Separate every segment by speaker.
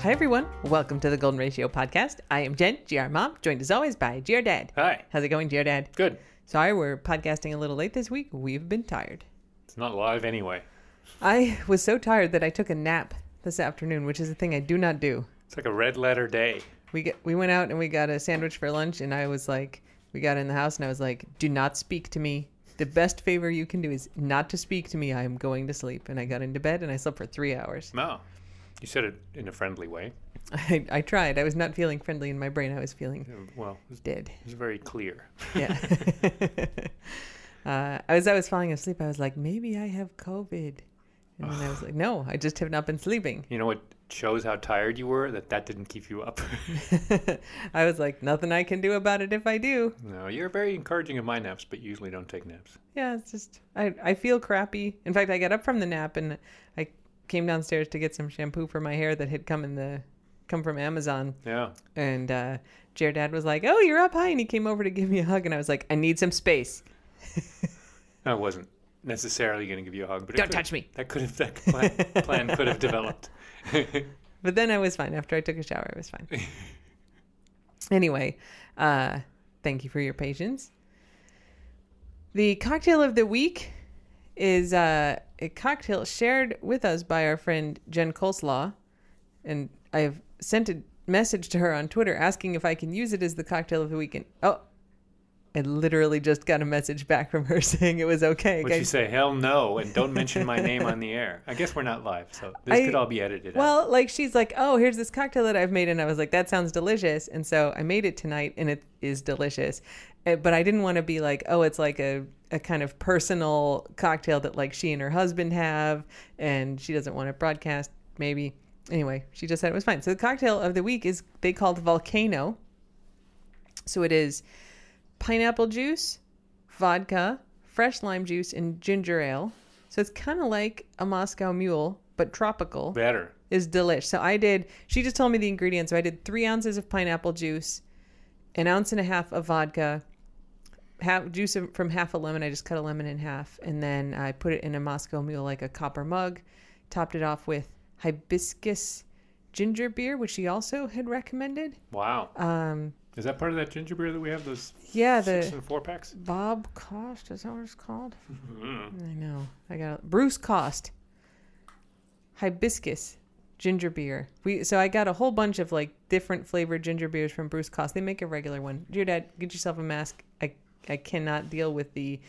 Speaker 1: Hi, everyone. Welcome to the Golden Ratio podcast. I am Jen, GR Mom, joined as always by GR Dad.
Speaker 2: Hi.
Speaker 1: How's it going, GR Dad?
Speaker 2: Good.
Speaker 1: Sorry, we're podcasting a little late this week. We've been tired.
Speaker 2: It's not live anyway.
Speaker 1: I was so tired that I took a nap this afternoon, which is a thing I do not do.
Speaker 2: It's like a red letter day.
Speaker 1: We get, we went out and we got a sandwich for lunch, and I was like, we got in the house, and I was like, do not speak to me. The best favor you can do is not to speak to me. I am going to sleep. And I got into bed and I slept for three hours.
Speaker 2: No. You said it in a friendly way.
Speaker 1: I, I tried. I was not feeling friendly in my brain. I was feeling
Speaker 2: Well, it was, it
Speaker 1: dead.
Speaker 2: was very clear.
Speaker 1: Yeah. uh, as I was falling asleep, I was like, maybe I have COVID. And then I was like, no, I just have not been sleeping.
Speaker 2: You know what shows how tired you were? That that didn't keep you up.
Speaker 1: I was like, nothing I can do about it if I do.
Speaker 2: no, you're very encouraging of my naps, but you usually don't take naps.
Speaker 1: Yeah, it's just, I, I feel crappy. In fact, I got up from the nap and I came downstairs to get some shampoo for my hair that had come in the, come from Amazon.
Speaker 2: Yeah.
Speaker 1: And uh, Jared Dad was like, oh, you're up high. And he came over to give me a hug. And I was like, I need some space.
Speaker 2: I wasn't necessarily going to give you a hug, but it
Speaker 1: Don't
Speaker 2: could-
Speaker 1: touch me.
Speaker 2: That could have that plan, plan could have developed.
Speaker 1: But then I was fine. After I took a shower, I was fine. anyway, uh, thank you for your patience. The cocktail of the week is uh, a cocktail shared with us by our friend Jen Coleslaw. And I've sent a message to her on Twitter asking if I can use it as the cocktail of the week. And oh, I literally just got a message back from her saying it was okay.
Speaker 2: Would
Speaker 1: I-
Speaker 2: you say hell no and don't mention my name on the air? I guess we're not live, so this
Speaker 1: I-
Speaker 2: could all be edited. out.
Speaker 1: Well, like she's like, oh, here's this cocktail that I've made, and I was like, that sounds delicious, and so I made it tonight, and it is delicious, Uh, but I didn't want to be like, oh, it's like a a kind of personal cocktail that like she and her husband have, and she doesn't want to broadcast, maybe. Anyway, she just said it was fine. So the cocktail of the week is they called volcano. So it is pineapple juice, vodka, fresh lime juice, and ginger ale. So it's kind of like a Moscow Mule, but tropical
Speaker 2: better.
Speaker 1: is delish. So I did. She just told me the ingredients. So I did three ounces of pineapple juice, an ounce and a half of vodka, half juice of- from half a lemon. I just cut a lemon in half, and then I put it in a Moscow Mule like a copper mug, topped it off with hibiscus ginger beer, which she also had recommended.
Speaker 2: Wow.
Speaker 1: Um,
Speaker 2: Is that part of that ginger beer that we have those
Speaker 1: yeah,
Speaker 2: six
Speaker 1: the
Speaker 2: and four packs?
Speaker 1: Bob Cost is that what it's called?
Speaker 2: Mm.
Speaker 1: I know. I got Bruce Cost, hibiscus ginger beer. We so I got a whole bunch of like different flavored ginger beers from Bruce Cost. They make a regular one. Dear Dad, get yourself a mask. I I cannot deal with the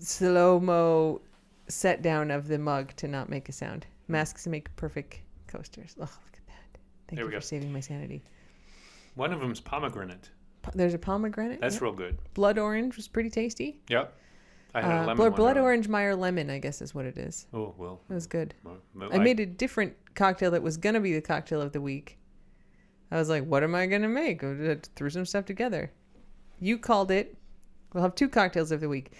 Speaker 1: slow mo set down of the mug to not make a sound. Masks make perfect coasters. Oh, look at that! Thank
Speaker 2: There
Speaker 1: you
Speaker 2: we
Speaker 1: for
Speaker 2: go.
Speaker 1: saving my sanity.
Speaker 2: One of them's pomegranate.
Speaker 1: Po- There's a pomegranate.
Speaker 2: That's
Speaker 1: yeah.
Speaker 2: real good.
Speaker 1: blood orange was pretty tasty.
Speaker 2: Yep. I had a
Speaker 1: Uh,
Speaker 2: lemon
Speaker 1: blood
Speaker 2: one
Speaker 1: blood
Speaker 2: earlier.
Speaker 1: orange Meyer lemon, I guess, is what it is.
Speaker 2: Oh well.
Speaker 1: It was good.
Speaker 2: well, well,
Speaker 1: Hmm. I made a different cocktail that was gonna be the cocktail of the week. I was like, "What am I gonna make?" I threw some stuff together. You called it. We'll have two cocktails of the week,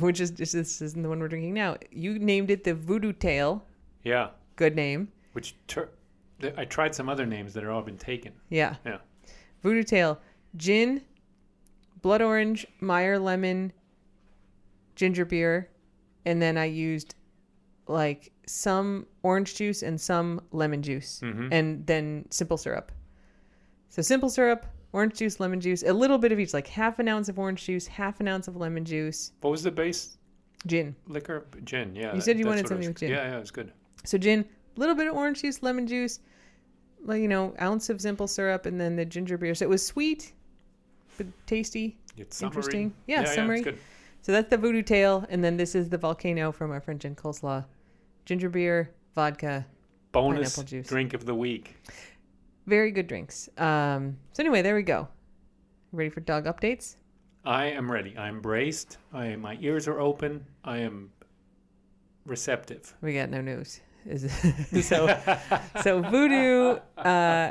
Speaker 1: which is this isn't the one we're drinking now. You named it the Voodoo Tail.
Speaker 2: Yeah.
Speaker 1: Good name.
Speaker 2: Which tur- th- I tried some other names that are all been taken.
Speaker 1: Yeah.
Speaker 2: Yeah.
Speaker 1: Voodoo Tail, gin, blood orange, Meyer lemon, ginger beer, and then I used like some orange juice and some lemon juice, and then simple syrup. So simple syrup, orange juice, lemon juice, a little bit of each, like half an ounce of orange juice, half an ounce of lemon juice,
Speaker 2: What was the base
Speaker 1: gin.
Speaker 2: liquor? Gin. Yeah.
Speaker 1: You said you wanted
Speaker 2: that's what it
Speaker 1: something
Speaker 2: was.
Speaker 1: with gin.
Speaker 2: Yeah, yeah, it's good.
Speaker 1: So gin, a little bit of orange juice, lemon juice, like you know, ounce of simple syrup, and then the ginger beer. So it was sweet, but tasty.
Speaker 2: It's summery.
Speaker 1: Interesting. Yeah,
Speaker 2: yeah,
Speaker 1: summery.
Speaker 2: it's good.
Speaker 1: So that's the voodoo tail, and then this is the volcano from our friend Jen Coleslaw. Ginger beer, vodka,
Speaker 2: Bonus
Speaker 1: Pineapple juice.
Speaker 2: drink of the week.
Speaker 1: very good drinks. Um, so anyway, there we go. Ready for dog updates?
Speaker 2: I am ready. I'm braced. I my ears are open. I am receptive.
Speaker 1: We got no news. Is so so voodoo. Uh,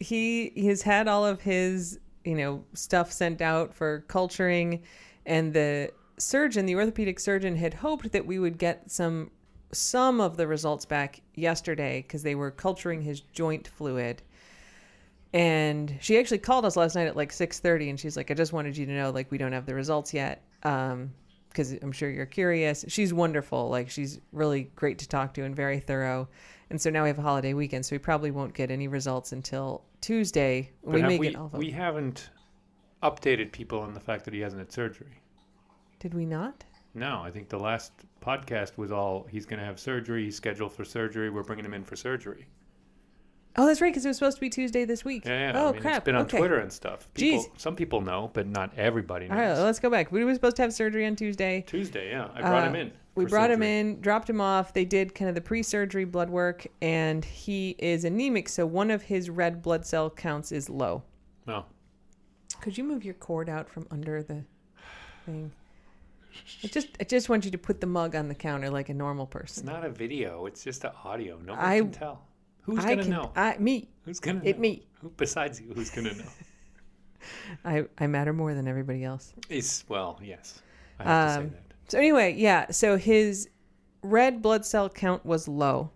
Speaker 1: he has had all of his you know stuff sent out for culturing, and the surgeon, the orthopedic surgeon, had hoped that we would get some some of the results back yesterday because they were culturing his joint fluid. and she actually called us last night at like 6.30 and she's like i just wanted you to know like we don't have the results yet um because i'm sure you're curious she's wonderful like she's really great to talk to and very thorough And so now we have a holiday weekend, so we probably won't get any results until Tuesday.
Speaker 2: But
Speaker 1: we
Speaker 2: have
Speaker 1: may
Speaker 2: we,
Speaker 1: get all of them.
Speaker 2: we haven't updated people on the fact that he hasn't had surgery.
Speaker 1: Did we not?
Speaker 2: No, I think the last podcast was all he's going to have surgery. He's scheduled for surgery. We're bringing him in for surgery.
Speaker 1: Oh, that's right, because it was supposed to be Tuesday this week.
Speaker 2: Yeah, yeah.
Speaker 1: oh
Speaker 2: I mean,
Speaker 1: crap!
Speaker 2: It's been on
Speaker 1: okay.
Speaker 2: Twitter and stuff. People,
Speaker 1: Jeez.
Speaker 2: some people know, but not everybody
Speaker 1: All
Speaker 2: knows.
Speaker 1: right, let's go back. We were supposed to have surgery on Tuesday.
Speaker 2: Tuesday, yeah. I brought him
Speaker 1: Uh,
Speaker 2: in.
Speaker 1: We
Speaker 2: for
Speaker 1: brought him
Speaker 2: surgery.
Speaker 1: in, dropped him off. They did kind of the pre-surgery blood work, and he is anemic, so one of his red blood cell counts is low.
Speaker 2: No.
Speaker 1: Could you move your cord out from under the thing? I just, I just want you to put the mug on the counter like a normal
Speaker 2: It's
Speaker 1: person.
Speaker 2: not a video. It's just an audio. Nobody
Speaker 1: I-
Speaker 2: can tell. Who's
Speaker 1: I
Speaker 2: going to
Speaker 1: can,
Speaker 2: know?
Speaker 1: I, me,
Speaker 2: Who's going to know?
Speaker 1: it me.
Speaker 2: Who besides you? Who's going to know?
Speaker 1: I, I matter more than everybody else.
Speaker 2: It's, well, yes. I have to
Speaker 1: Um,
Speaker 2: say that.
Speaker 1: So anyway, yeah. So his red blood cell count was low,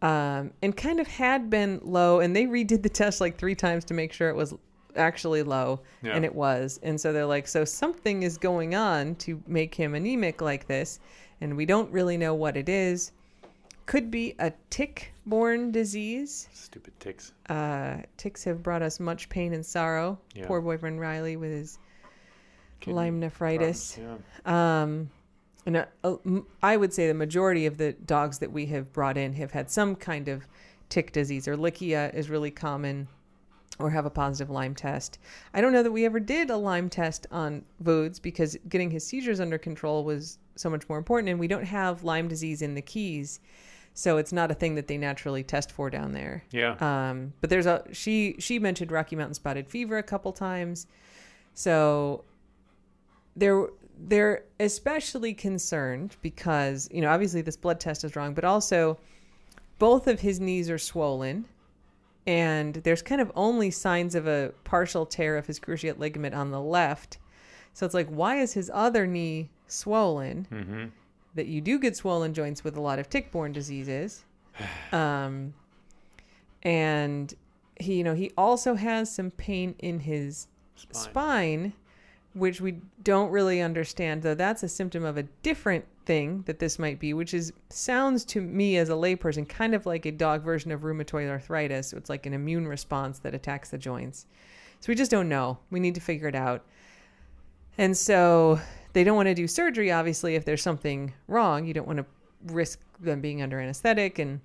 Speaker 1: um, and kind of had been low. And they redid the test like three times to make sure it was actually low,
Speaker 2: Yeah.
Speaker 1: and it was. And so they're like, so something is going on to make him anemic like this, and we don't really know what it is. Could be a tick-borne disease.
Speaker 2: Stupid ticks.
Speaker 1: Uh, ticks have brought us much pain and sorrow.
Speaker 2: Yeah.
Speaker 1: Poor boyfriend Riley with his
Speaker 2: Kidney
Speaker 1: Lyme nephritis.
Speaker 2: Problems, Yeah.
Speaker 1: Um, and uh, uh, m- I would say the majority of the dogs that we have brought in have had some kind of tick disease or lichia is really common or have a positive Lyme test. I don't know that we ever did a Lyme test on Voods because getting his seizures under control was so much more important and we don't have Lyme disease in the Keys. So it's not a thing that they naturally test for down there.
Speaker 2: Yeah.
Speaker 1: Um, but there's a she she mentioned Rocky Mountain spotted fever a couple times, so they're they're especially concerned because you know obviously this blood test is wrong, but also both of his knees are swollen, and there's kind of only signs of a partial tear of his cruciate ligament on the left, so it's like why is his other knee swollen?
Speaker 2: mm-hmm.
Speaker 1: that you do get swollen joints with a lot of tick-borne diseases. Um, and he, you know, he also has some pain in his
Speaker 2: Spine.
Speaker 1: spine. which we don't really understand. Though that's a symptom of a different thing that this might be, which is sounds to me as a layperson kind of like a dog version of rheumatoid arthritis. It's like an immune response that attacks the joints. So we just don't know. We need to figure it out. And so they don't want to do surgery, obviously, if there's something wrong. You don't want to risk them being under anesthetic. And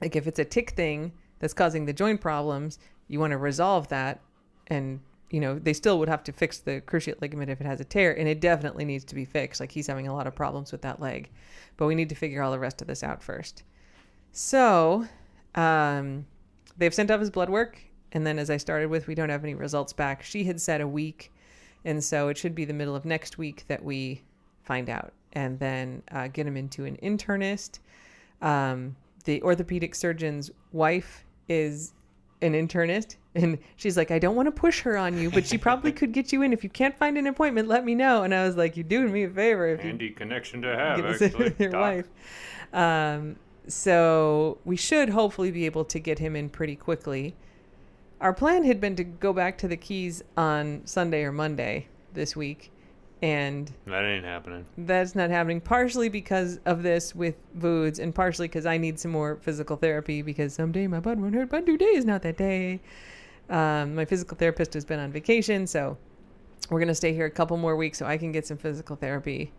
Speaker 1: like if it's a tick thing that's causing the joint problems, you want to resolve that. And, you know, they still would have to fix the cruciate ligament if it has a tear. And it definitely needs to be fixed. Like he's having a lot of problems with that leg. But we need to figure all the rest of this out first. So um, they've sent off his blood work. And then, as I started with, we don't have any results back. She had said a week. And so it should be the middle of next week that we find out and then uh, get him into an internist. Um, the orthopedic surgeon's wife is an internist. And she's like, I don't want to push her on you, but she probably could get you in. If you can't find an appointment, let me know. And I was like, You're doing me a favor if you
Speaker 2: Handy connection to have,
Speaker 1: Get this in
Speaker 2: actually.
Speaker 1: with your
Speaker 2: Doc.
Speaker 1: wife. Um, so we should hopefully be able to get him in pretty quickly. Our plan had been to go back to the Keys on Sunday or Monday this week, and
Speaker 2: That ain't happening.
Speaker 1: that's not happening. Partially because of this with Voods, and partially because I need some more physical therapy because someday my bud won't hurt. But today is not that day. Um, my physical therapist has been on vacation, so we're gonna stay here a couple more weeks so I can get some physical therapy.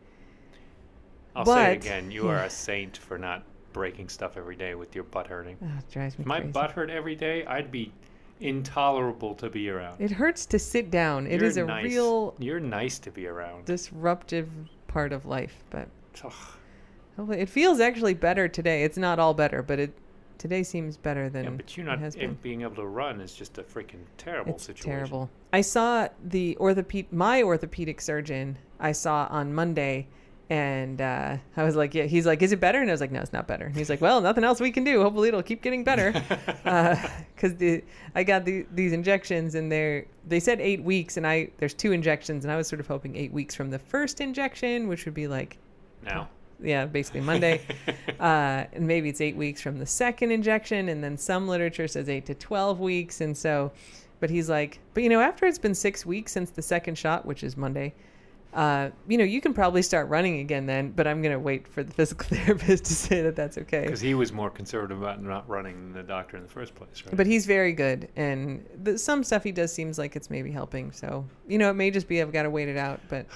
Speaker 2: I'll say it
Speaker 1: But-
Speaker 2: again. You are a saint for not breaking stuff every day with your butt hurting.
Speaker 1: Oh, it drives me
Speaker 2: If my
Speaker 1: crazy.
Speaker 2: butt hurt every day, I'd be intolerable to be around.
Speaker 1: It hurts to sit down. It
Speaker 2: You're
Speaker 1: is a
Speaker 2: nice.
Speaker 1: real
Speaker 2: You're nice to be around.
Speaker 1: disruptive part of life, but
Speaker 2: Ugh.
Speaker 1: hopefully it feels actually better today. It's not all better, but it today seems better than
Speaker 2: Yeah, but you
Speaker 1: it
Speaker 2: not
Speaker 1: has
Speaker 2: eh,
Speaker 1: been.
Speaker 2: being able to run is just a freaking terrible
Speaker 1: it's
Speaker 2: situation.
Speaker 1: terrible. I saw the orthoped my orthopedic surgeon I saw on Monday and uh, I was like, yeah, he's like, is it better? And I was like, no, it's not better. And he's like, well, nothing else we can do. Hopefully it'll keep getting better. because the I got the, these injections and they're they said eight weeks and I there's two injections and I was sort of hoping eight weeks from the first injection, which would be like
Speaker 2: Now,
Speaker 1: yeah basically Monday, uh, and maybe it's eight weeks from the second injection, and then some literature says eight to twelve weeks, and so, but he's like, but you know after it's been six weeks since the second shot, which is Monday. uh, you know, you can probably start running again then, but I'm going to wait for the physical therapist to say that that's okay.
Speaker 2: Because he was more conservative about not running than the doctor in the first place, right?
Speaker 1: But he's very good, and the, some stuff he does seems like it's maybe helping. So, you know, it may just be I've got to wait it out, but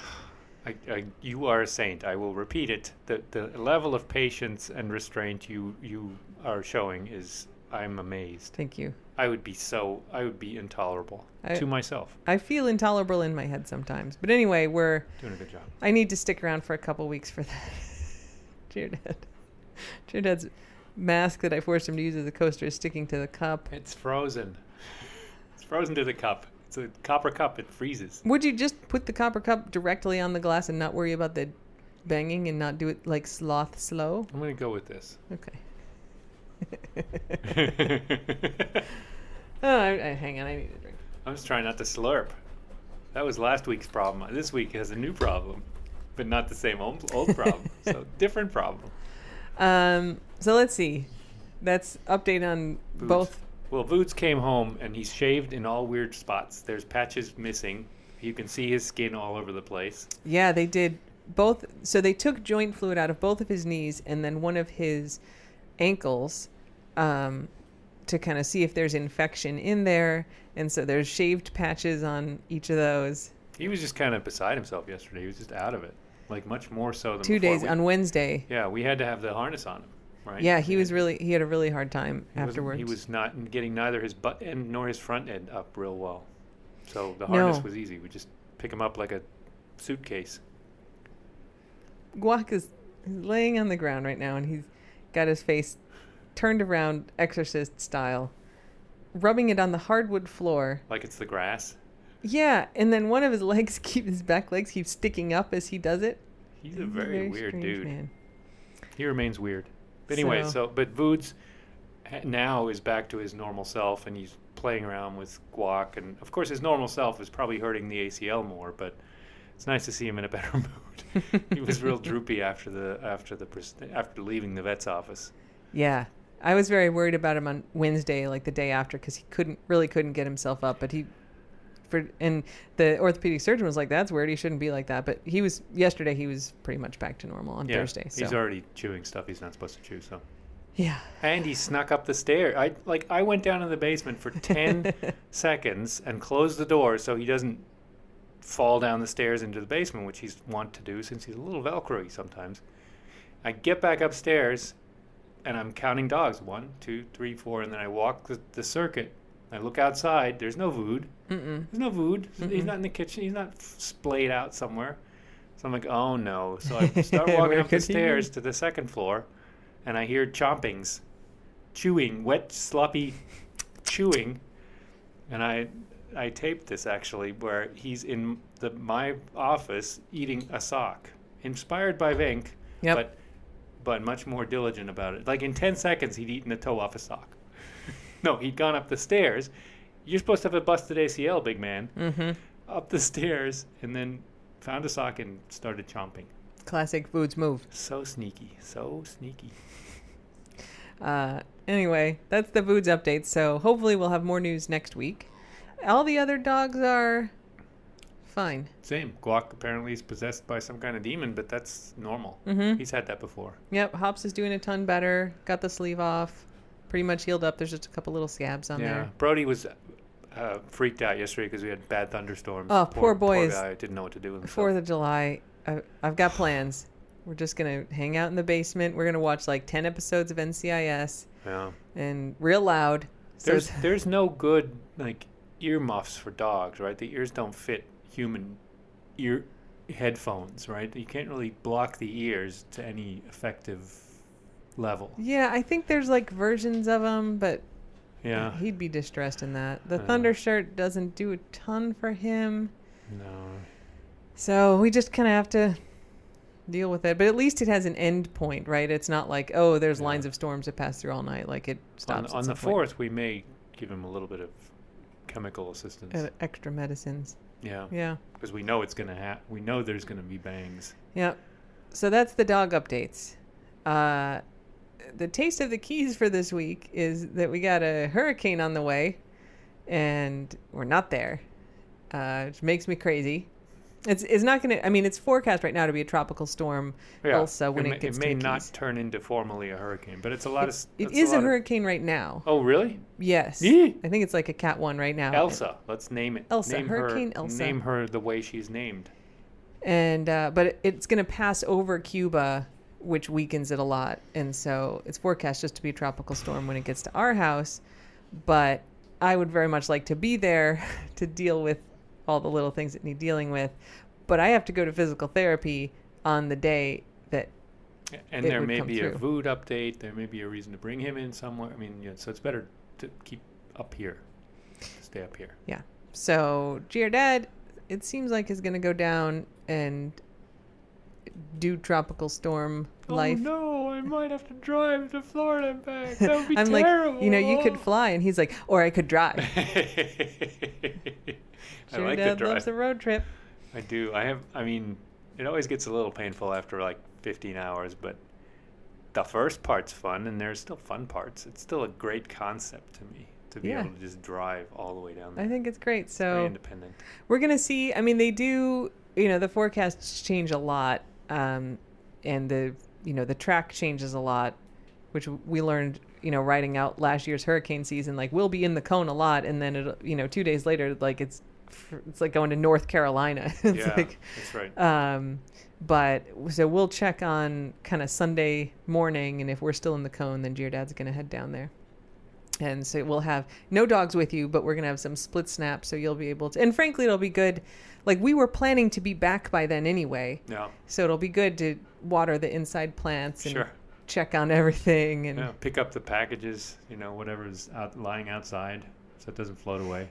Speaker 2: I, I, you are a saint. I will repeat it. The, the level of patience and restraint you, you are showing is, I'm amazed.
Speaker 1: thank you.
Speaker 2: I would be so, I would be intolerable
Speaker 1: I-
Speaker 2: to myself.
Speaker 1: I feel intolerable in my head sometimes. But anyway, we're
Speaker 2: Doing a good job.
Speaker 1: I need to stick around for a couple weeks for that. Cheer dad. Cheer dad's mask that I forced him to use as a coaster is sticking to the cup.
Speaker 2: It's frozen. It's frozen to the cup. It's a copper cup. It freezes.
Speaker 1: Would you just put the copper cup directly on the glass and not worry about the banging and not do it like sloth slow?
Speaker 2: I'm going to go with this.
Speaker 1: Okay. Oh, I, I- hang on, I need a drink.
Speaker 2: I'm just trying not to slurp. That was last week's problem. This week has a new problem, but not the same old, old problem. so different problem.
Speaker 1: Um, so let's see. That's update on
Speaker 2: Boots.
Speaker 1: both.
Speaker 2: Well, Boots came home and he's shaved in all weird spots. There's patches missing. You can see his skin all over the place.
Speaker 1: Yeah, they did both. So they took joint fluid out of both of his knees and then one of his ankles um, to kind of see if there's infection in there. And so there's shaved patches on each of those.
Speaker 2: He was just kind of beside himself yesterday. He was just out of it, like much more so than
Speaker 1: Two
Speaker 2: before.
Speaker 1: days
Speaker 2: We-
Speaker 1: on Wednesday.
Speaker 2: yeah, we had to have the harness on him, right?
Speaker 1: Yeah, he was
Speaker 2: And
Speaker 1: really he had a really hard time
Speaker 2: he wasn't-
Speaker 1: afterwards.
Speaker 2: He was not getting neither his butt end nor his front end up real well. So the harness
Speaker 1: No.
Speaker 2: was easy. We just pick him up like a suitcase.
Speaker 1: Guac is is laying on the ground right now, and he's got his face turned around, exorcist style, rubbing it on the hardwood floor.
Speaker 2: Like it's the grass.
Speaker 1: Yeah, and then one of his legs keep his back legs keep sticking up as he does it.
Speaker 2: He's a very, weird
Speaker 1: strange
Speaker 2: dude.
Speaker 1: Man.
Speaker 2: He remains weird. But anyway,
Speaker 1: So-
Speaker 2: so, but Voods ha- now is back to his normal self and he's playing around with guac and of course his normal self is probably hurting the ACL more, but it's nice to see him in a better mood. he was real droopy after the after the pres- after leaving the vet's office.
Speaker 1: Yeah, I was very worried about him on Wednesday, like the day after, because he couldn't really couldn't get himself up. But he, for and the orthopedic surgeon was like, "That's weird. He shouldn't be like that." But he was yesterday. He was pretty much back to normal on
Speaker 2: Yeah,
Speaker 1: Thursday. So
Speaker 2: He's already chewing stuff he's not supposed to chew, so
Speaker 1: yeah,
Speaker 2: And he snuck up the stair. I like I went down in the basement for ten seconds and closed the door so he doesn't fall down the stairs into the basement, which he's wont to do since he's a little velcro sometimes. I get back upstairs and I'm counting dogs. One, two, three, four, and then I walk the, the circuit. I look outside, there's no food.
Speaker 1: Mm-mm.
Speaker 2: There's no food. He's not in the kitchen. He's not f- splayed out somewhere. So I'm like, oh no. So I start walking
Speaker 1: Where
Speaker 2: up the
Speaker 1: could he be?
Speaker 2: stairs to the second floor, and I hear chompings, chewing, wet, sloppy chewing. And I, I taped this actually, where he's in the my office eating a sock, inspired by Vink,
Speaker 1: Yep.
Speaker 2: but but much more diligent about it. Like in ten seconds, he'd eaten the toe off a sock. no, he'd gone up the stairs. You're supposed to have a busted ACL, big man.
Speaker 1: mm-hmm.
Speaker 2: Up the stairs and then found a sock and started chomping.
Speaker 1: classic foods move.
Speaker 2: So sneaky, so sneaky.
Speaker 1: Uh, anyway, that's the foods update. So hopefully we'll have more news next week. All the other dogs are fine.
Speaker 2: Same. Guac apparently is possessed by some kind of demon, but that's normal.
Speaker 1: Mhm.
Speaker 2: He's had that before.
Speaker 1: Yep, Hops is doing a ton better. Got the sleeve off. Pretty much healed up. There's just a couple little scabs on
Speaker 2: yeah.
Speaker 1: there.
Speaker 2: Brody was uh, freaked out yesterday because we had bad thunderstorms.
Speaker 1: Oh, poor boy
Speaker 2: Poor
Speaker 1: is-
Speaker 2: guy didn't know what to do with himself.
Speaker 1: Fourth of July. I, I've got plans. We're just gonna hang out in the basement. We're gonna watch like ten episodes of NCIS
Speaker 2: yeah.
Speaker 1: and real loud. So
Speaker 2: There's there's no good like earmuffs for dogs, right? The ears don't fit human ear headphones, right? You can't really block the ears to any effective level.
Speaker 1: yeah, I think there's like versions of them, but
Speaker 2: Yeah.
Speaker 1: he'd be distressed in that. The
Speaker 2: Yeah.
Speaker 1: Thunder shirt doesn't do a ton for him,
Speaker 2: No.
Speaker 1: so we just kind of have to deal with it. But at least it has an end point, right? It's not like oh, there's
Speaker 2: Yeah.
Speaker 1: lines of storms that pass through all night. Like it
Speaker 2: On,
Speaker 1: stops at
Speaker 2: on the
Speaker 1: some point.
Speaker 2: fourth, we may give him a little bit of chemical assistance.
Speaker 1: Uh, extra medicines.
Speaker 2: yeah.
Speaker 1: Yeah.
Speaker 2: Because we know it's gonna happen. We know there's gonna be bangs.
Speaker 1: Yeah. So that's the dog updates. Uh, the taste of the keys for this week is that we got a hurricane on the way and we're not there, uh, which makes me crazy. It's it's not going to. I mean, it's forecast right now to be a tropical storm. Elsa when
Speaker 2: it,
Speaker 1: it,
Speaker 2: may,
Speaker 1: gets
Speaker 2: it may
Speaker 1: to the
Speaker 2: not
Speaker 1: Keys.
Speaker 2: turn into formally a hurricane, but it's a lot of. s-
Speaker 1: It
Speaker 2: it's
Speaker 1: is a,
Speaker 2: lot of-
Speaker 1: hurricane right now.
Speaker 2: oh, really?
Speaker 1: Yes.
Speaker 2: Yee.
Speaker 1: I think it's like a Cat One right now.
Speaker 2: Elsa. Let's name it.
Speaker 1: Elsa,
Speaker 2: Name
Speaker 1: Hurricane
Speaker 2: her,
Speaker 1: Elsa.
Speaker 2: Name her the way she's named.
Speaker 1: and uh, but it- it's going to pass over Cuba, which weakens it a lot, and so it's forecast just to be a tropical storm when it gets to our house. But I would very much like to be there to deal with all the little things that need dealing with, but I have to go to physical therapy on the day that
Speaker 2: And
Speaker 1: It
Speaker 2: there
Speaker 1: would
Speaker 2: may
Speaker 1: come
Speaker 2: be a
Speaker 1: through.
Speaker 2: food update. There may be a reason to bring him in somewhere. I mean, yeah, so it's better to keep up here, stay up here.
Speaker 1: yeah. So Giardad, it seems like is going to go down and do tropical storm life.
Speaker 2: Oh no! I might have to drive to Florida and back. That would be
Speaker 1: I'm
Speaker 2: terrible.
Speaker 1: like, you know, you could
Speaker 2: Oh.
Speaker 1: fly, and he's like, or I could drive.
Speaker 2: I
Speaker 1: Your
Speaker 2: like the
Speaker 1: dad loves
Speaker 2: drive.
Speaker 1: a road trip.
Speaker 2: I do. I have. I mean, it always gets a little painful after like 15 hours, but the first part's fun, and there's still fun parts. It's still a great concept to me to be
Speaker 1: Yeah.
Speaker 2: able to just drive all the way down there.
Speaker 1: I think it's great.
Speaker 2: Very
Speaker 1: So
Speaker 2: independent.
Speaker 1: we're gonna see. I mean, they do. You know, the forecasts change a lot, um, and the you know the track changes a lot, which we learned. You know, riding out last year's hurricane season, like we'll be in the cone a lot, and then it you know two days later, like it's it's like going to North Carolina. it's
Speaker 2: yeah,
Speaker 1: like
Speaker 2: that's right.
Speaker 1: um, but so we'll check on kind of Sunday morning, and if we're still in the cone, then Giardad's going to head down there. And so we'll have no dogs with you, but we're going to have some split snaps, so you'll be able to. And frankly, it'll be good. Like we were planning to be back by then anyway,
Speaker 2: Yeah,
Speaker 1: so it'll be good to water the inside plants and
Speaker 2: sure.
Speaker 1: check on everything. And yeah.
Speaker 2: Yeah, pick up the packages. You know, whatever's out lying outside, so it doesn't float away.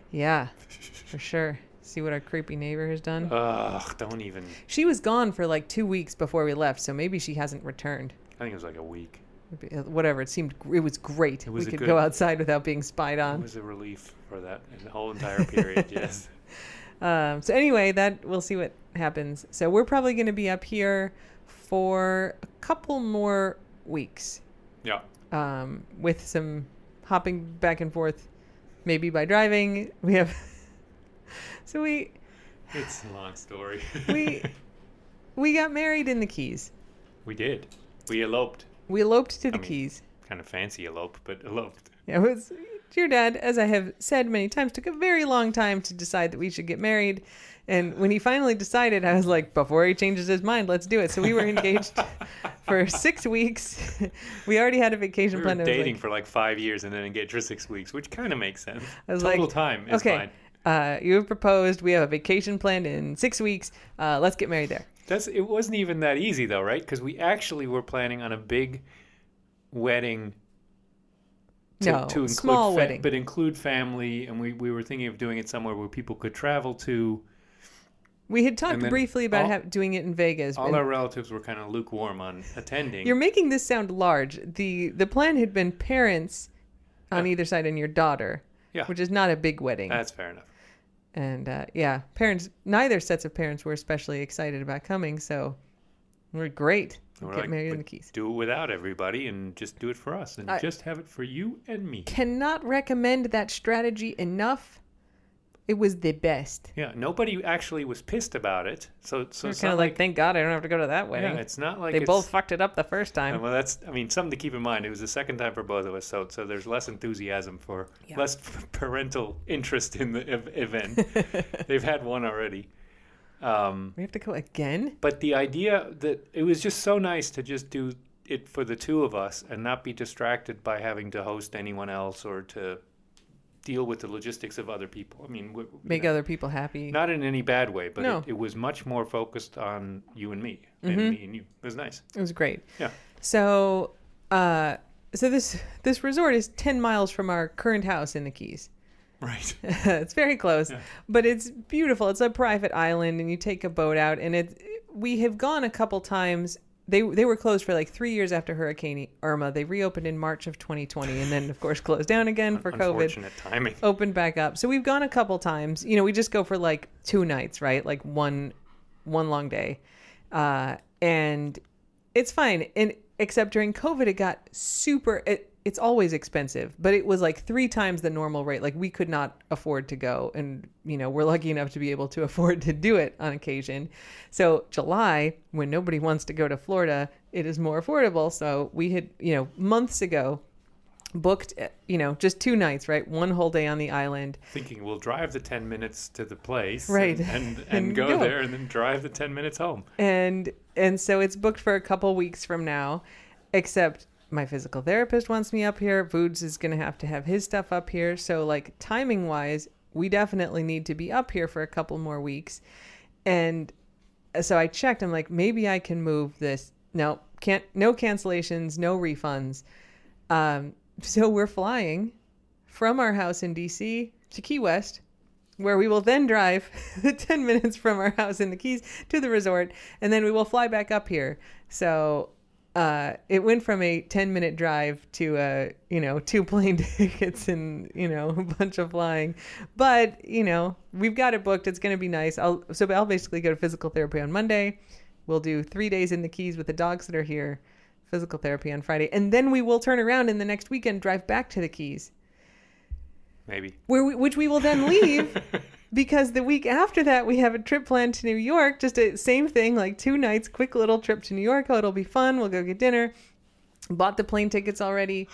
Speaker 1: for sure. See what our creepy neighbor has
Speaker 2: Uh.
Speaker 1: done.
Speaker 2: Ugh! Don't even.
Speaker 1: she was gone for like two weeks before we left, so maybe she hasn't returned.
Speaker 2: I think it was like a week.
Speaker 1: It'd be- uh, whatever it seemed gr- it was great
Speaker 2: It was a
Speaker 1: we could
Speaker 2: good-
Speaker 1: go outside without being spied
Speaker 2: It
Speaker 1: on
Speaker 2: was a relief for that the whole entire period. yes.
Speaker 1: um, so anyway that we'll see what happens so we're probably going to be up here for a couple more weeks
Speaker 2: Yeah.
Speaker 1: um, with some hopping back and forth maybe by driving we have so we
Speaker 2: It's a long story.
Speaker 1: we we got married in the keys
Speaker 2: We did. We eloped.
Speaker 1: we eloped to the
Speaker 2: mean-
Speaker 1: keys
Speaker 2: Kind of fancy elope, but eloped.
Speaker 1: It was your dad, as I have said many times, took a very long time to decide that we should get married. And when he finally decided, I was like, before he changes his mind, let's do it. So we were engaged for six weeks. we already had a vacation
Speaker 2: We were
Speaker 1: plan. I was
Speaker 2: dating
Speaker 1: like-
Speaker 2: for like five years and then engaged for six weeks, which kind of makes sense.
Speaker 1: I was
Speaker 2: Total
Speaker 1: like,
Speaker 2: time is
Speaker 1: okay,
Speaker 2: fine.
Speaker 1: uh, you have proposed. We have a vacation planned in six weeks. Uh, let's get married there.
Speaker 2: That's it. Wasn't even that easy though, right? Because we actually were planning on a big wedding. To,
Speaker 1: no,
Speaker 2: to include
Speaker 1: small
Speaker 2: fa-
Speaker 1: wedding.
Speaker 2: but include family, and we, we were thinking of doing it somewhere where people could travel to.
Speaker 1: we had
Speaker 2: and
Speaker 1: talked
Speaker 2: then
Speaker 1: briefly about
Speaker 2: all-
Speaker 1: how, doing it in Vegas.
Speaker 2: All
Speaker 1: and
Speaker 2: our relatives were kind of lukewarm on attending.
Speaker 1: You're making this sound large. The the plan had been parents on either side and your daughter,
Speaker 2: Yeah.
Speaker 1: which is not a big wedding.
Speaker 2: That's fair enough.
Speaker 1: and uh, yeah, parents. Neither sets of parents were especially excited about coming, so we're great.
Speaker 2: And we're
Speaker 1: Get
Speaker 2: like,
Speaker 1: married in the
Speaker 2: "But
Speaker 1: Keys.
Speaker 2: Do it without everybody, and just do it for us, and
Speaker 1: I-
Speaker 2: just have it for you and me.
Speaker 1: Cannot recommend that strategy enough. It was the best.
Speaker 2: Yeah, nobody actually was pissed about it. So, so
Speaker 1: We're
Speaker 2: it's
Speaker 1: kind
Speaker 2: not
Speaker 1: of like,
Speaker 2: like,
Speaker 1: thank God I don't have to go to that wedding.
Speaker 2: yeah, it's not like
Speaker 1: they
Speaker 2: it's-
Speaker 1: both fucked it up the first
Speaker 2: uh,
Speaker 1: time.
Speaker 2: Well, that's I mean something to keep in mind. It was the second time for both of us, so so there's less enthusiasm for
Speaker 1: Yeah.
Speaker 2: less parental interest in the ev- event. They've had one already. Um,
Speaker 1: we have to go again.
Speaker 2: but the idea that it was just so nice to just do it for the two of us and not be distracted by having to host anyone else or to deal with the logistics of other people. I mean, we, you
Speaker 1: Make
Speaker 2: know,
Speaker 1: other people happy.
Speaker 2: not in any bad way, but
Speaker 1: No. Mm-hmm.
Speaker 2: it, it was much more focused on you and me, and me and you. It was nice.
Speaker 1: It was great.
Speaker 2: Yeah.
Speaker 1: So, uh, so this this resort is ten miles from our current house in the Keys.
Speaker 2: Right.
Speaker 1: it's very close, but it's beautiful. It's a private island, and you take a boat out. And it we have gone a couple times. They they were closed for like three years after Hurricane Irma. They reopened in March of 2020, and then of course closed down again for COVID.
Speaker 2: Unfortunate timing.
Speaker 1: Opened back up. So we've gone a couple times. You know, we just go for like two nights, right? Like one one long day, uh, and it's fine. And except during COVID, it got super. It, it's always expensive, but it was like three times the normal rate. Like we could not afford to go, and you know we're lucky enough to be able to afford to do it on occasion. So July, when nobody wants to go to Florida, it is more affordable. So we had you know months ago booked eh, you know just two nights, right? One whole day on the island,
Speaker 2: Thinking we'll drive the 10 minutes to the place
Speaker 1: Right.
Speaker 2: and, and, and,
Speaker 1: And
Speaker 2: go,
Speaker 1: go.
Speaker 2: there and then drive the 10 minutes home.
Speaker 1: and and so it's booked for a couple weeks from now except my physical therapist wants me up here Voods is going to have to have his stuff up here so like timing wise we definitely need to be up here for a couple more weeks and uh, so I checked I'm like maybe I can move this no can't no cancellations no refunds um so we're flying from our house in DC to Key West where we will then drive 10 minutes from our house in the Keys to the resort, and then we will fly back up here. So uh, it went from a 10 minute drive to, uh, you know, two plane tickets and, you know, a bunch of flying. But, you know, we've got it booked. It's going to be nice. I'll, so I'll basically go to physical therapy on Monday. We'll do three days in the Keys with the dogs that are here, physical therapy on Friday. And then we will turn around in the next weekend, drive back to the Keys,
Speaker 2: Maybe.
Speaker 1: where we, which we will then leave because the week after that we have a trip planned to New York. Just a same thing, like two nights, quick little trip to New York. Oh, it'll be fun. We'll go get dinner. Bought the plane tickets already.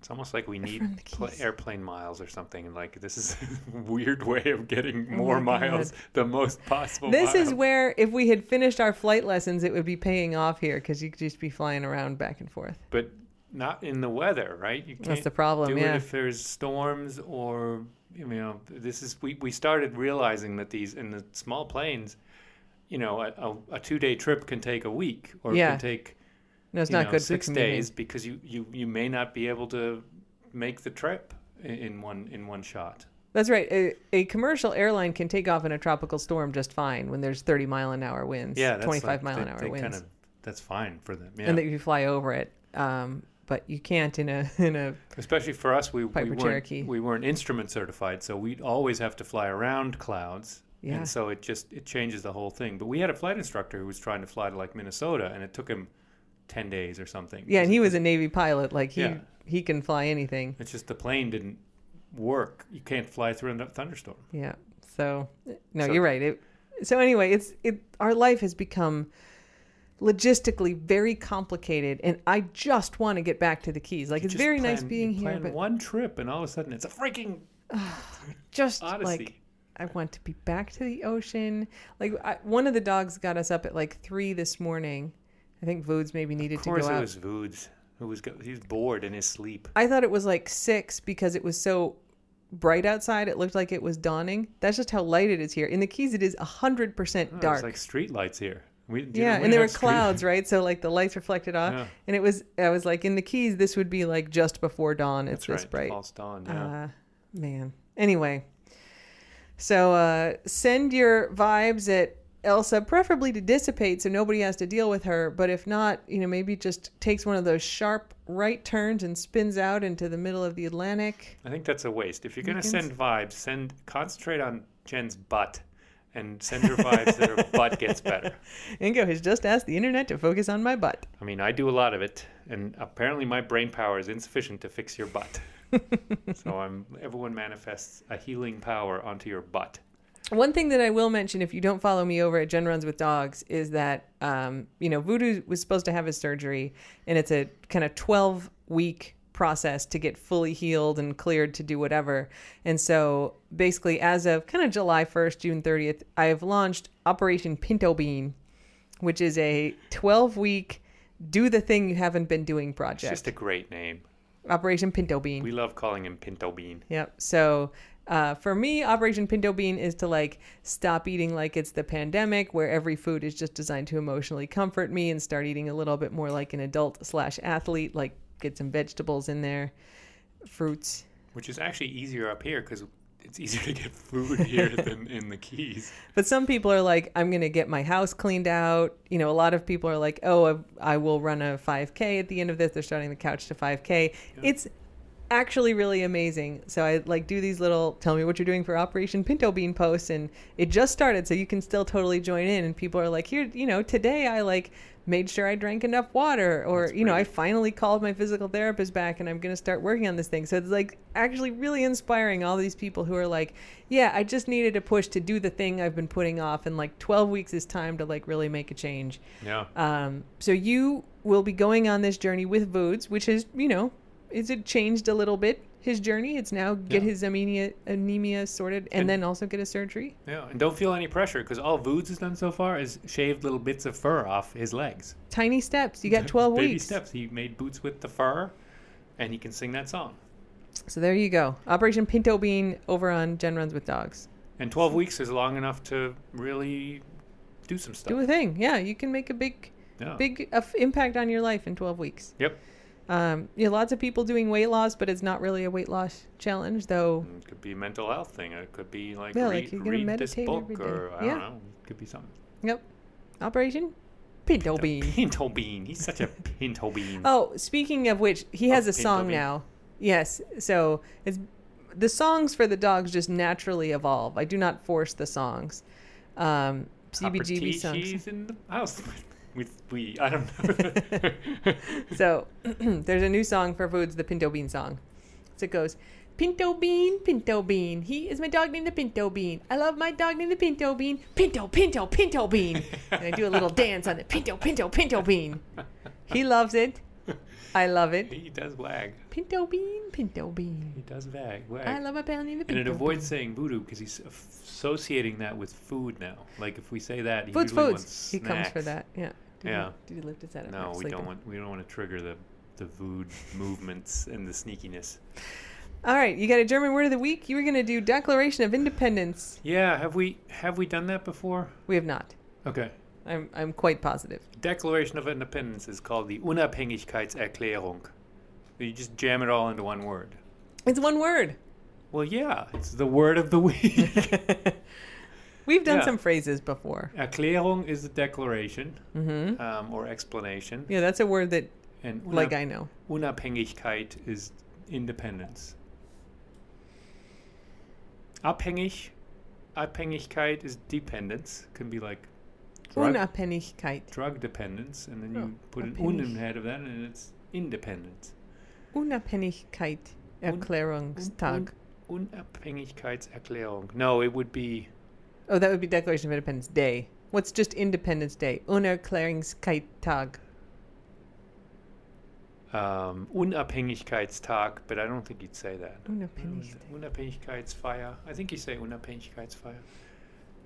Speaker 2: It's almost like we
Speaker 1: From
Speaker 2: need
Speaker 1: the
Speaker 2: pla
Speaker 1: Keys.
Speaker 2: airplane miles or something. And like, this is a weird way of getting more
Speaker 1: Oh my God.
Speaker 2: miles, the most possible
Speaker 1: This is
Speaker 2: miles.
Speaker 1: where if we had finished our flight lessons, it would be paying off here because you could just be flying around back and forth.
Speaker 2: But not in the weather, right? You can't
Speaker 1: That's the problem.
Speaker 2: do
Speaker 1: Yeah.
Speaker 2: it if there's storms or, you know, this is, we, we started realizing that these, in the small planes, you know, a, a, a two day trip can take a week or
Speaker 1: Yeah.
Speaker 2: can take
Speaker 1: no, it's
Speaker 2: you
Speaker 1: not
Speaker 2: know,
Speaker 1: good
Speaker 2: six
Speaker 1: for commuting.
Speaker 2: days because you, you you may not be able to make the trip i- in one in one shot.
Speaker 1: That's right. A, a commercial airline can take off in a tropical storm just fine when there's 30 mile an hour winds,
Speaker 2: Yeah, that's
Speaker 1: 25
Speaker 2: like-
Speaker 1: mile
Speaker 2: they-
Speaker 1: an hour
Speaker 2: they
Speaker 1: winds.
Speaker 2: Kind of, that's fine for them. Yeah.
Speaker 1: And that you fly over it. Um, but you can't in a in a
Speaker 2: Especially for us, we, we
Speaker 1: Piper
Speaker 2: weren't
Speaker 1: Cherokee.
Speaker 2: we weren't instrument certified, so we'd always have to fly around clouds.
Speaker 1: Yeah.
Speaker 2: And so it just it changes the whole thing. But we had a flight instructor who was trying to fly to like Minnesota, and it took him ten days or something.
Speaker 1: Yeah, and he was a Navy pilot. Like he
Speaker 2: Yeah.
Speaker 1: he can fly anything.
Speaker 2: It's just the plane didn't work. You can't fly through a thunderstorm.
Speaker 1: Yeah. So no,
Speaker 2: So-
Speaker 1: you're right. It, so anyway, it's it our life has become logistically very complicated, and I just want to get back to the Keys. Like
Speaker 2: You
Speaker 1: it's
Speaker 2: just
Speaker 1: very nice
Speaker 2: plan-
Speaker 1: being
Speaker 2: you
Speaker 1: here,
Speaker 2: plan
Speaker 1: but
Speaker 2: one trip, and all of a sudden it's a freaking
Speaker 1: just
Speaker 2: Odyssey.
Speaker 1: like I want to be back to the ocean. Like I, one of the dogs got us up at like three this morning. I think Voods maybe needed
Speaker 2: of
Speaker 1: to go
Speaker 2: course, it
Speaker 1: out.
Speaker 2: was Voods who was go- he was bored in his sleep.
Speaker 1: I thought it was like six because it was so bright outside. It looked like it was dawning. That's just how light it is here. In the Keys, it is hundred percent
Speaker 2: It was
Speaker 1: dark.
Speaker 2: Oh, like street lights here. We, didn't-
Speaker 1: yeah,
Speaker 2: we
Speaker 1: and there were
Speaker 2: have street-
Speaker 1: clouds, right? So like the lights reflected off,
Speaker 2: Yeah.
Speaker 1: and it was. I was like, in the Keys, this would be like just before dawn. It's
Speaker 2: That's
Speaker 1: this
Speaker 2: right,
Speaker 1: bright.
Speaker 2: false dawn. Yeah.
Speaker 1: Uh, man. Anyway, so uh, send your vibes at Elsa, preferably to dissipate so nobody has to deal with her. But if not, you know, maybe just takes one of those sharp right turns and spins out into the middle of the Atlantic.
Speaker 2: I think that's a waste. If you're gonna send vibes, send concentrate on Jen's butt, and send her vibes that her butt gets better.
Speaker 1: Ingo has just asked the internet to focus on my butt.
Speaker 2: I mean, I do a lot of it, and apparently my brain power is insufficient to fix your butt. so I'm everyone manifests a healing power onto your butt.
Speaker 1: One thing that I will mention, if you don't follow me over at Gen Runs with Dogs, is that um, you know Voodoo was supposed to have his surgery, and it's a kind of twelve week process to get fully healed and cleared to do whatever. And so, basically, as of kind of July first, June thirtieth, I have launched Operation Pinto Bean, which is a twelve week do the thing you haven't been doing
Speaker 2: It's just
Speaker 1: project.
Speaker 2: a great name.
Speaker 1: Operation Pinto Bean.
Speaker 2: We love calling him Pinto Bean.
Speaker 1: Yep. So uh, for me, Operation Pinto Bean is to like stop eating like it's the pandemic, where every food is just designed to emotionally comfort me, and start eating a little bit more like an adult slash athlete. Like get some vegetables in there, fruits.
Speaker 2: Which is actually easier up here because it's easier to get food here than in the Keys.
Speaker 1: But some people are like, I'm going to get my house cleaned out. You know, a lot of people are like, oh, I I will run a 5K at the end of this. They're starting the couch to 5K. It's actually really amazing. So I like do these little tell me what you're doing for Operation Pinto Bean posts and it just started so you can still totally join in and people are like here, you know, today I like made sure I drank enough water or
Speaker 2: That's
Speaker 1: you know, I
Speaker 2: great.
Speaker 1: finally called my physical therapist back and I'm going to start working on this thing. So it's like actually really inspiring all these people who are like, yeah, I just needed a push to do the thing I've been putting off and like 12 weeks is time to like really make a change.
Speaker 2: Yeah.
Speaker 1: Um, so you will be going on this journey with Voods, which is, you know, is it changed a little bit his journey? It's now get
Speaker 2: Yeah.
Speaker 1: his anemia anemia sorted and,
Speaker 2: And-
Speaker 1: then also get a surgery.
Speaker 2: Yeah. And don't feel any pressure because all Voods has done so far is shaved little bits of fur off his legs.
Speaker 1: Tiny steps. You got 12
Speaker 2: Baby
Speaker 1: weeks.
Speaker 2: steps. He made boots with the fur, and he can sing that song.
Speaker 1: So there you go. Operation Pinto Bean over on Gen Runs with Dogs.
Speaker 2: And 12 weeks is long enough to really do some stuff.
Speaker 1: Do a thing. Yeah, you can make a big
Speaker 2: Yeah.
Speaker 1: big uh, f- impact on your life in 12 weeks.
Speaker 2: Yep.
Speaker 1: Um, yeah, lots of people doing weight loss, but it's not really a weight loss challenge though.
Speaker 2: It could be a mental health thing. It could be like
Speaker 1: Yeah, like
Speaker 2: read,
Speaker 1: you're gonna
Speaker 2: read this
Speaker 1: meditate
Speaker 2: book
Speaker 1: every day.
Speaker 2: or I
Speaker 1: Yeah.
Speaker 2: don't know. It could be something.
Speaker 1: Yep. Operation Pinto Bean.
Speaker 2: Mm. Pinto bean. He's such a pinto bean.
Speaker 1: Oh, speaking of which, he has
Speaker 2: Oh,
Speaker 1: a
Speaker 2: Pinto
Speaker 1: song
Speaker 2: Bean.
Speaker 1: now. Yes, so it's the songs for the dogs just naturally evolve. I do not force the songs. Um, CBGB
Speaker 2: Property,
Speaker 1: songs.
Speaker 2: She's in the house with, with we. I don't know.
Speaker 1: So there's a new song for Foods, the Pinto Bean song. So it goes, Pinto Bean, Pinto Bean. He is my dog named the Pinto Bean. I love my dog named the Pinto Bean. Pinto, Pinto, Pinto Bean. And I do a little dance on it. Pinto, Pinto, Pinto Bean. He loves it. I love it.
Speaker 2: he does wag.
Speaker 1: Pinto Bean, Pinto Bean.
Speaker 2: He does wag. Wag.
Speaker 1: I love my bounty in the
Speaker 2: and it
Speaker 1: pinto
Speaker 2: avoids saying voodoo because he's associating that with food now. Like if we say that, he
Speaker 1: bean. foods,
Speaker 2: usually
Speaker 1: foods.
Speaker 2: wants
Speaker 1: He comes for
Speaker 2: snacks.
Speaker 1: that. Yeah. Did
Speaker 2: Yeah.
Speaker 1: He, did he lift his head up?
Speaker 2: No,
Speaker 1: I'm
Speaker 2: we don't
Speaker 1: sleeping.
Speaker 2: want we don't want to trigger the the vood movements and the sneakiness.
Speaker 1: All right, you got a German word of the week. You were gonna do Declaration of Independence.
Speaker 2: Yeah, have we have we done that before?
Speaker 1: We have not.
Speaker 2: Okay.
Speaker 1: I'm I'm quite positive.
Speaker 2: Declaration of Independence is called the Unabhängigkeitserklärung. You just jam it all into one word.
Speaker 1: It's one word.
Speaker 2: Well, yeah, it's the word of the week.
Speaker 1: We've done
Speaker 2: Yeah.
Speaker 1: some phrases before. Mm-hmm.
Speaker 2: Erklärung is a declaration um, or explanation,
Speaker 1: Yeah, that's a word that
Speaker 2: and
Speaker 1: like
Speaker 2: unab-
Speaker 1: I know.
Speaker 2: Unabhängigkeit is independence. Abhängig, Abhängigkeit is dependence. Can be like drug,
Speaker 1: Unabhängigkeit.
Speaker 2: drug dependence, and then you
Speaker 1: Oh,
Speaker 2: put an un
Speaker 1: abhängig.
Speaker 2: in ahead of that, and it's independence.
Speaker 1: Unabhängigkeit. Erklärungstag.
Speaker 2: Un, un, Unabhängigkeitserklärung. No, it would be
Speaker 1: Oh, that would be Declaration of Independence Day. What's just Independence Day? Unerklärungskeittag.
Speaker 2: um, Unabhängigkeitstag, but I don't think you'd say that.
Speaker 1: Unabhängigkeit.
Speaker 2: Unabhängigkeitsfeier. I think you say Unabhängigkeitsfeier.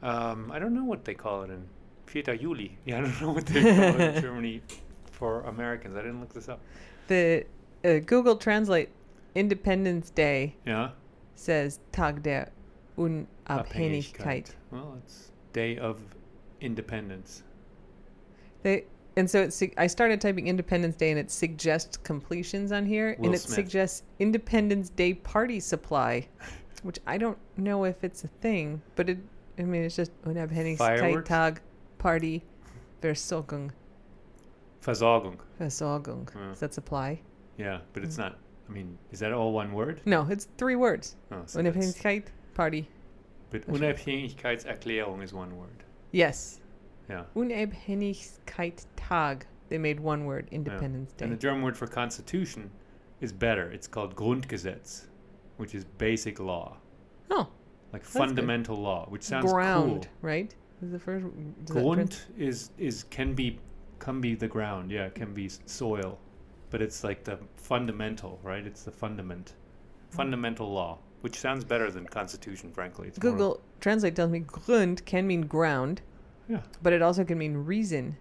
Speaker 2: Um, I don't know what they call it in Vierter Juli. Yeah, I don't know what they call it in Germany for Americans. I didn't look this up.
Speaker 1: The uh, Google Translate Independence Day
Speaker 2: Yeah.
Speaker 1: says Tag der Unabhängigkeit.
Speaker 2: Well, it's Day of Independence.
Speaker 1: They and so it, sug- I started typing Independence Day and it suggests completions on here
Speaker 2: Will
Speaker 1: and it
Speaker 2: Smith.
Speaker 1: suggests Independence Day party supply, which I don't know if it's a thing, but it I mean it's just Unabhängigkeit
Speaker 2: Fireworks?
Speaker 1: Tag Party Versorgung
Speaker 2: Versorgung.
Speaker 1: Versorgung.
Speaker 2: Yeah.
Speaker 1: Does that supply?
Speaker 2: Yeah, but
Speaker 1: Hmm.
Speaker 2: it's not. I mean, is that all one word?
Speaker 1: No, it's three words.
Speaker 2: Oh, so that's-
Speaker 1: Unabhängigkeit Party.
Speaker 2: but Unabhängigkeitserklärung is one word.
Speaker 1: Yes.
Speaker 2: Yeah.
Speaker 1: Unabhängigkeit They made one word,
Speaker 2: Yeah.
Speaker 1: Independence
Speaker 2: And the
Speaker 1: Day.
Speaker 2: German word for constitution is better. It's called Grundgesetz, which is basic law,
Speaker 1: Oh,
Speaker 2: like
Speaker 1: good.
Speaker 2: fundamental law, which sounds
Speaker 1: ground, right? Is the first does that
Speaker 2: cool. Grund
Speaker 1: trans-
Speaker 2: is is can be can be the ground. Yeah, can be s- soil, but it's like the fundamental, right? It's the fundament,
Speaker 1: Hmm.
Speaker 2: fundamental law, which sounds better than constitution, frankly. It's more of-
Speaker 1: Google Translate tells me Grund can mean ground,
Speaker 2: yeah,
Speaker 1: but it also can mean reason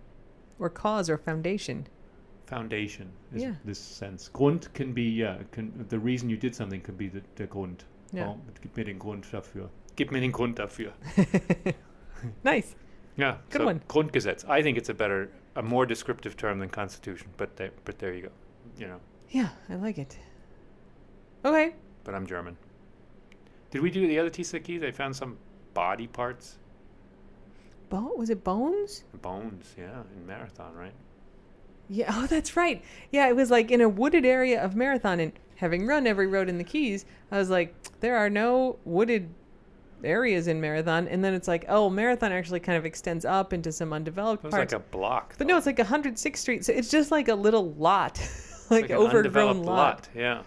Speaker 1: or cause or foundation.
Speaker 2: foundation is
Speaker 1: Yeah.
Speaker 2: this sense. Grund can be yeah, can, the reason you did something could be the, the Grund.
Speaker 1: Yeah.
Speaker 2: Oh, gib mir den Grund dafür. Gib mir den Grund dafür.
Speaker 1: Nice.
Speaker 2: Yeah,
Speaker 1: Good
Speaker 2: so
Speaker 1: one.
Speaker 2: Grundgesetz. I think it's a better, a more descriptive term than constitution, but there, but there you go. You know,
Speaker 1: Yeah, I like it. Okay.
Speaker 2: but I'm German. Did we do the other Tsaiki? They found some body parts,
Speaker 1: Bo- was it bones?
Speaker 2: bones. Yeah, in Marathon, right?
Speaker 1: Yeah. Oh, that's right. Yeah, it was like in a wooded area of Marathon, and having run every road in the Keys, I was like, there are no wooded areas in Marathon. And then it's like, oh, Marathon actually kind of extends up into some undeveloped
Speaker 2: It was
Speaker 1: parts.
Speaker 2: like a block.
Speaker 1: but
Speaker 2: though.
Speaker 1: no, it's like 106th Street. So it's just like a little lot, like,
Speaker 2: an
Speaker 1: overgrown
Speaker 2: undeveloped
Speaker 1: lot.
Speaker 2: Yeah.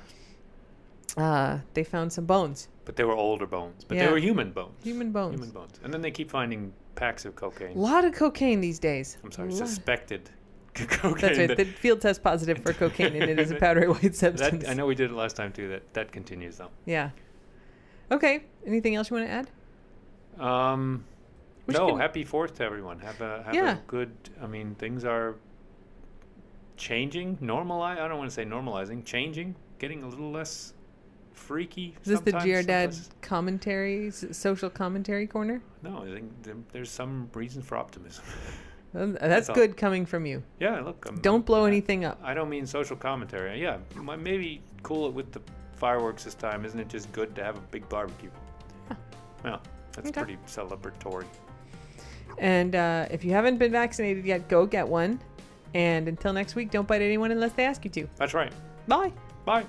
Speaker 1: Uh, they found some bones,
Speaker 2: But they were older bones. But
Speaker 1: Yeah.
Speaker 2: they were human bones.
Speaker 1: human bones.
Speaker 2: Human bones. And then they keep finding packs of cocaine.
Speaker 1: A lot of cocaine these days.
Speaker 2: I'm sorry,
Speaker 1: Lot.
Speaker 2: suspected cocaine.
Speaker 1: That's right.
Speaker 2: that-
Speaker 1: The field test positive for cocaine, and it is a powdery white substance.
Speaker 2: that, I know we did it last time too. That that continues though.
Speaker 1: Yeah. Okay. Anything else you want to add?
Speaker 2: Um,
Speaker 1: We
Speaker 2: no,
Speaker 1: should-
Speaker 2: happy Fourth to everyone. Have a have
Speaker 1: Yeah.
Speaker 2: a good. I mean, things are changing, normalize. I don't want to say normalizing, changing, getting a little less freaky.
Speaker 1: Is this the
Speaker 2: sometimes,
Speaker 1: GR Dad
Speaker 2: someplace.
Speaker 1: commentary, s- social commentary corner?
Speaker 2: No, I think there- there's some reason for optimism.
Speaker 1: Um, That's,
Speaker 2: That's all.
Speaker 1: good coming from you.
Speaker 2: yeah, look. I'm,
Speaker 1: Don't blow
Speaker 2: I-
Speaker 1: anything up.
Speaker 2: I don't mean social commentary. Yeah, m- maybe cool it with the fireworks this time. Isn't it just good to have a big barbecue? Well, that's
Speaker 1: Okay.
Speaker 2: pretty celebratory.
Speaker 1: And uh, if you haven't been vaccinated yet, go get one. And until next week, don't bite anyone unless they ask you to.
Speaker 2: That's right.
Speaker 1: Bye.
Speaker 2: Bye.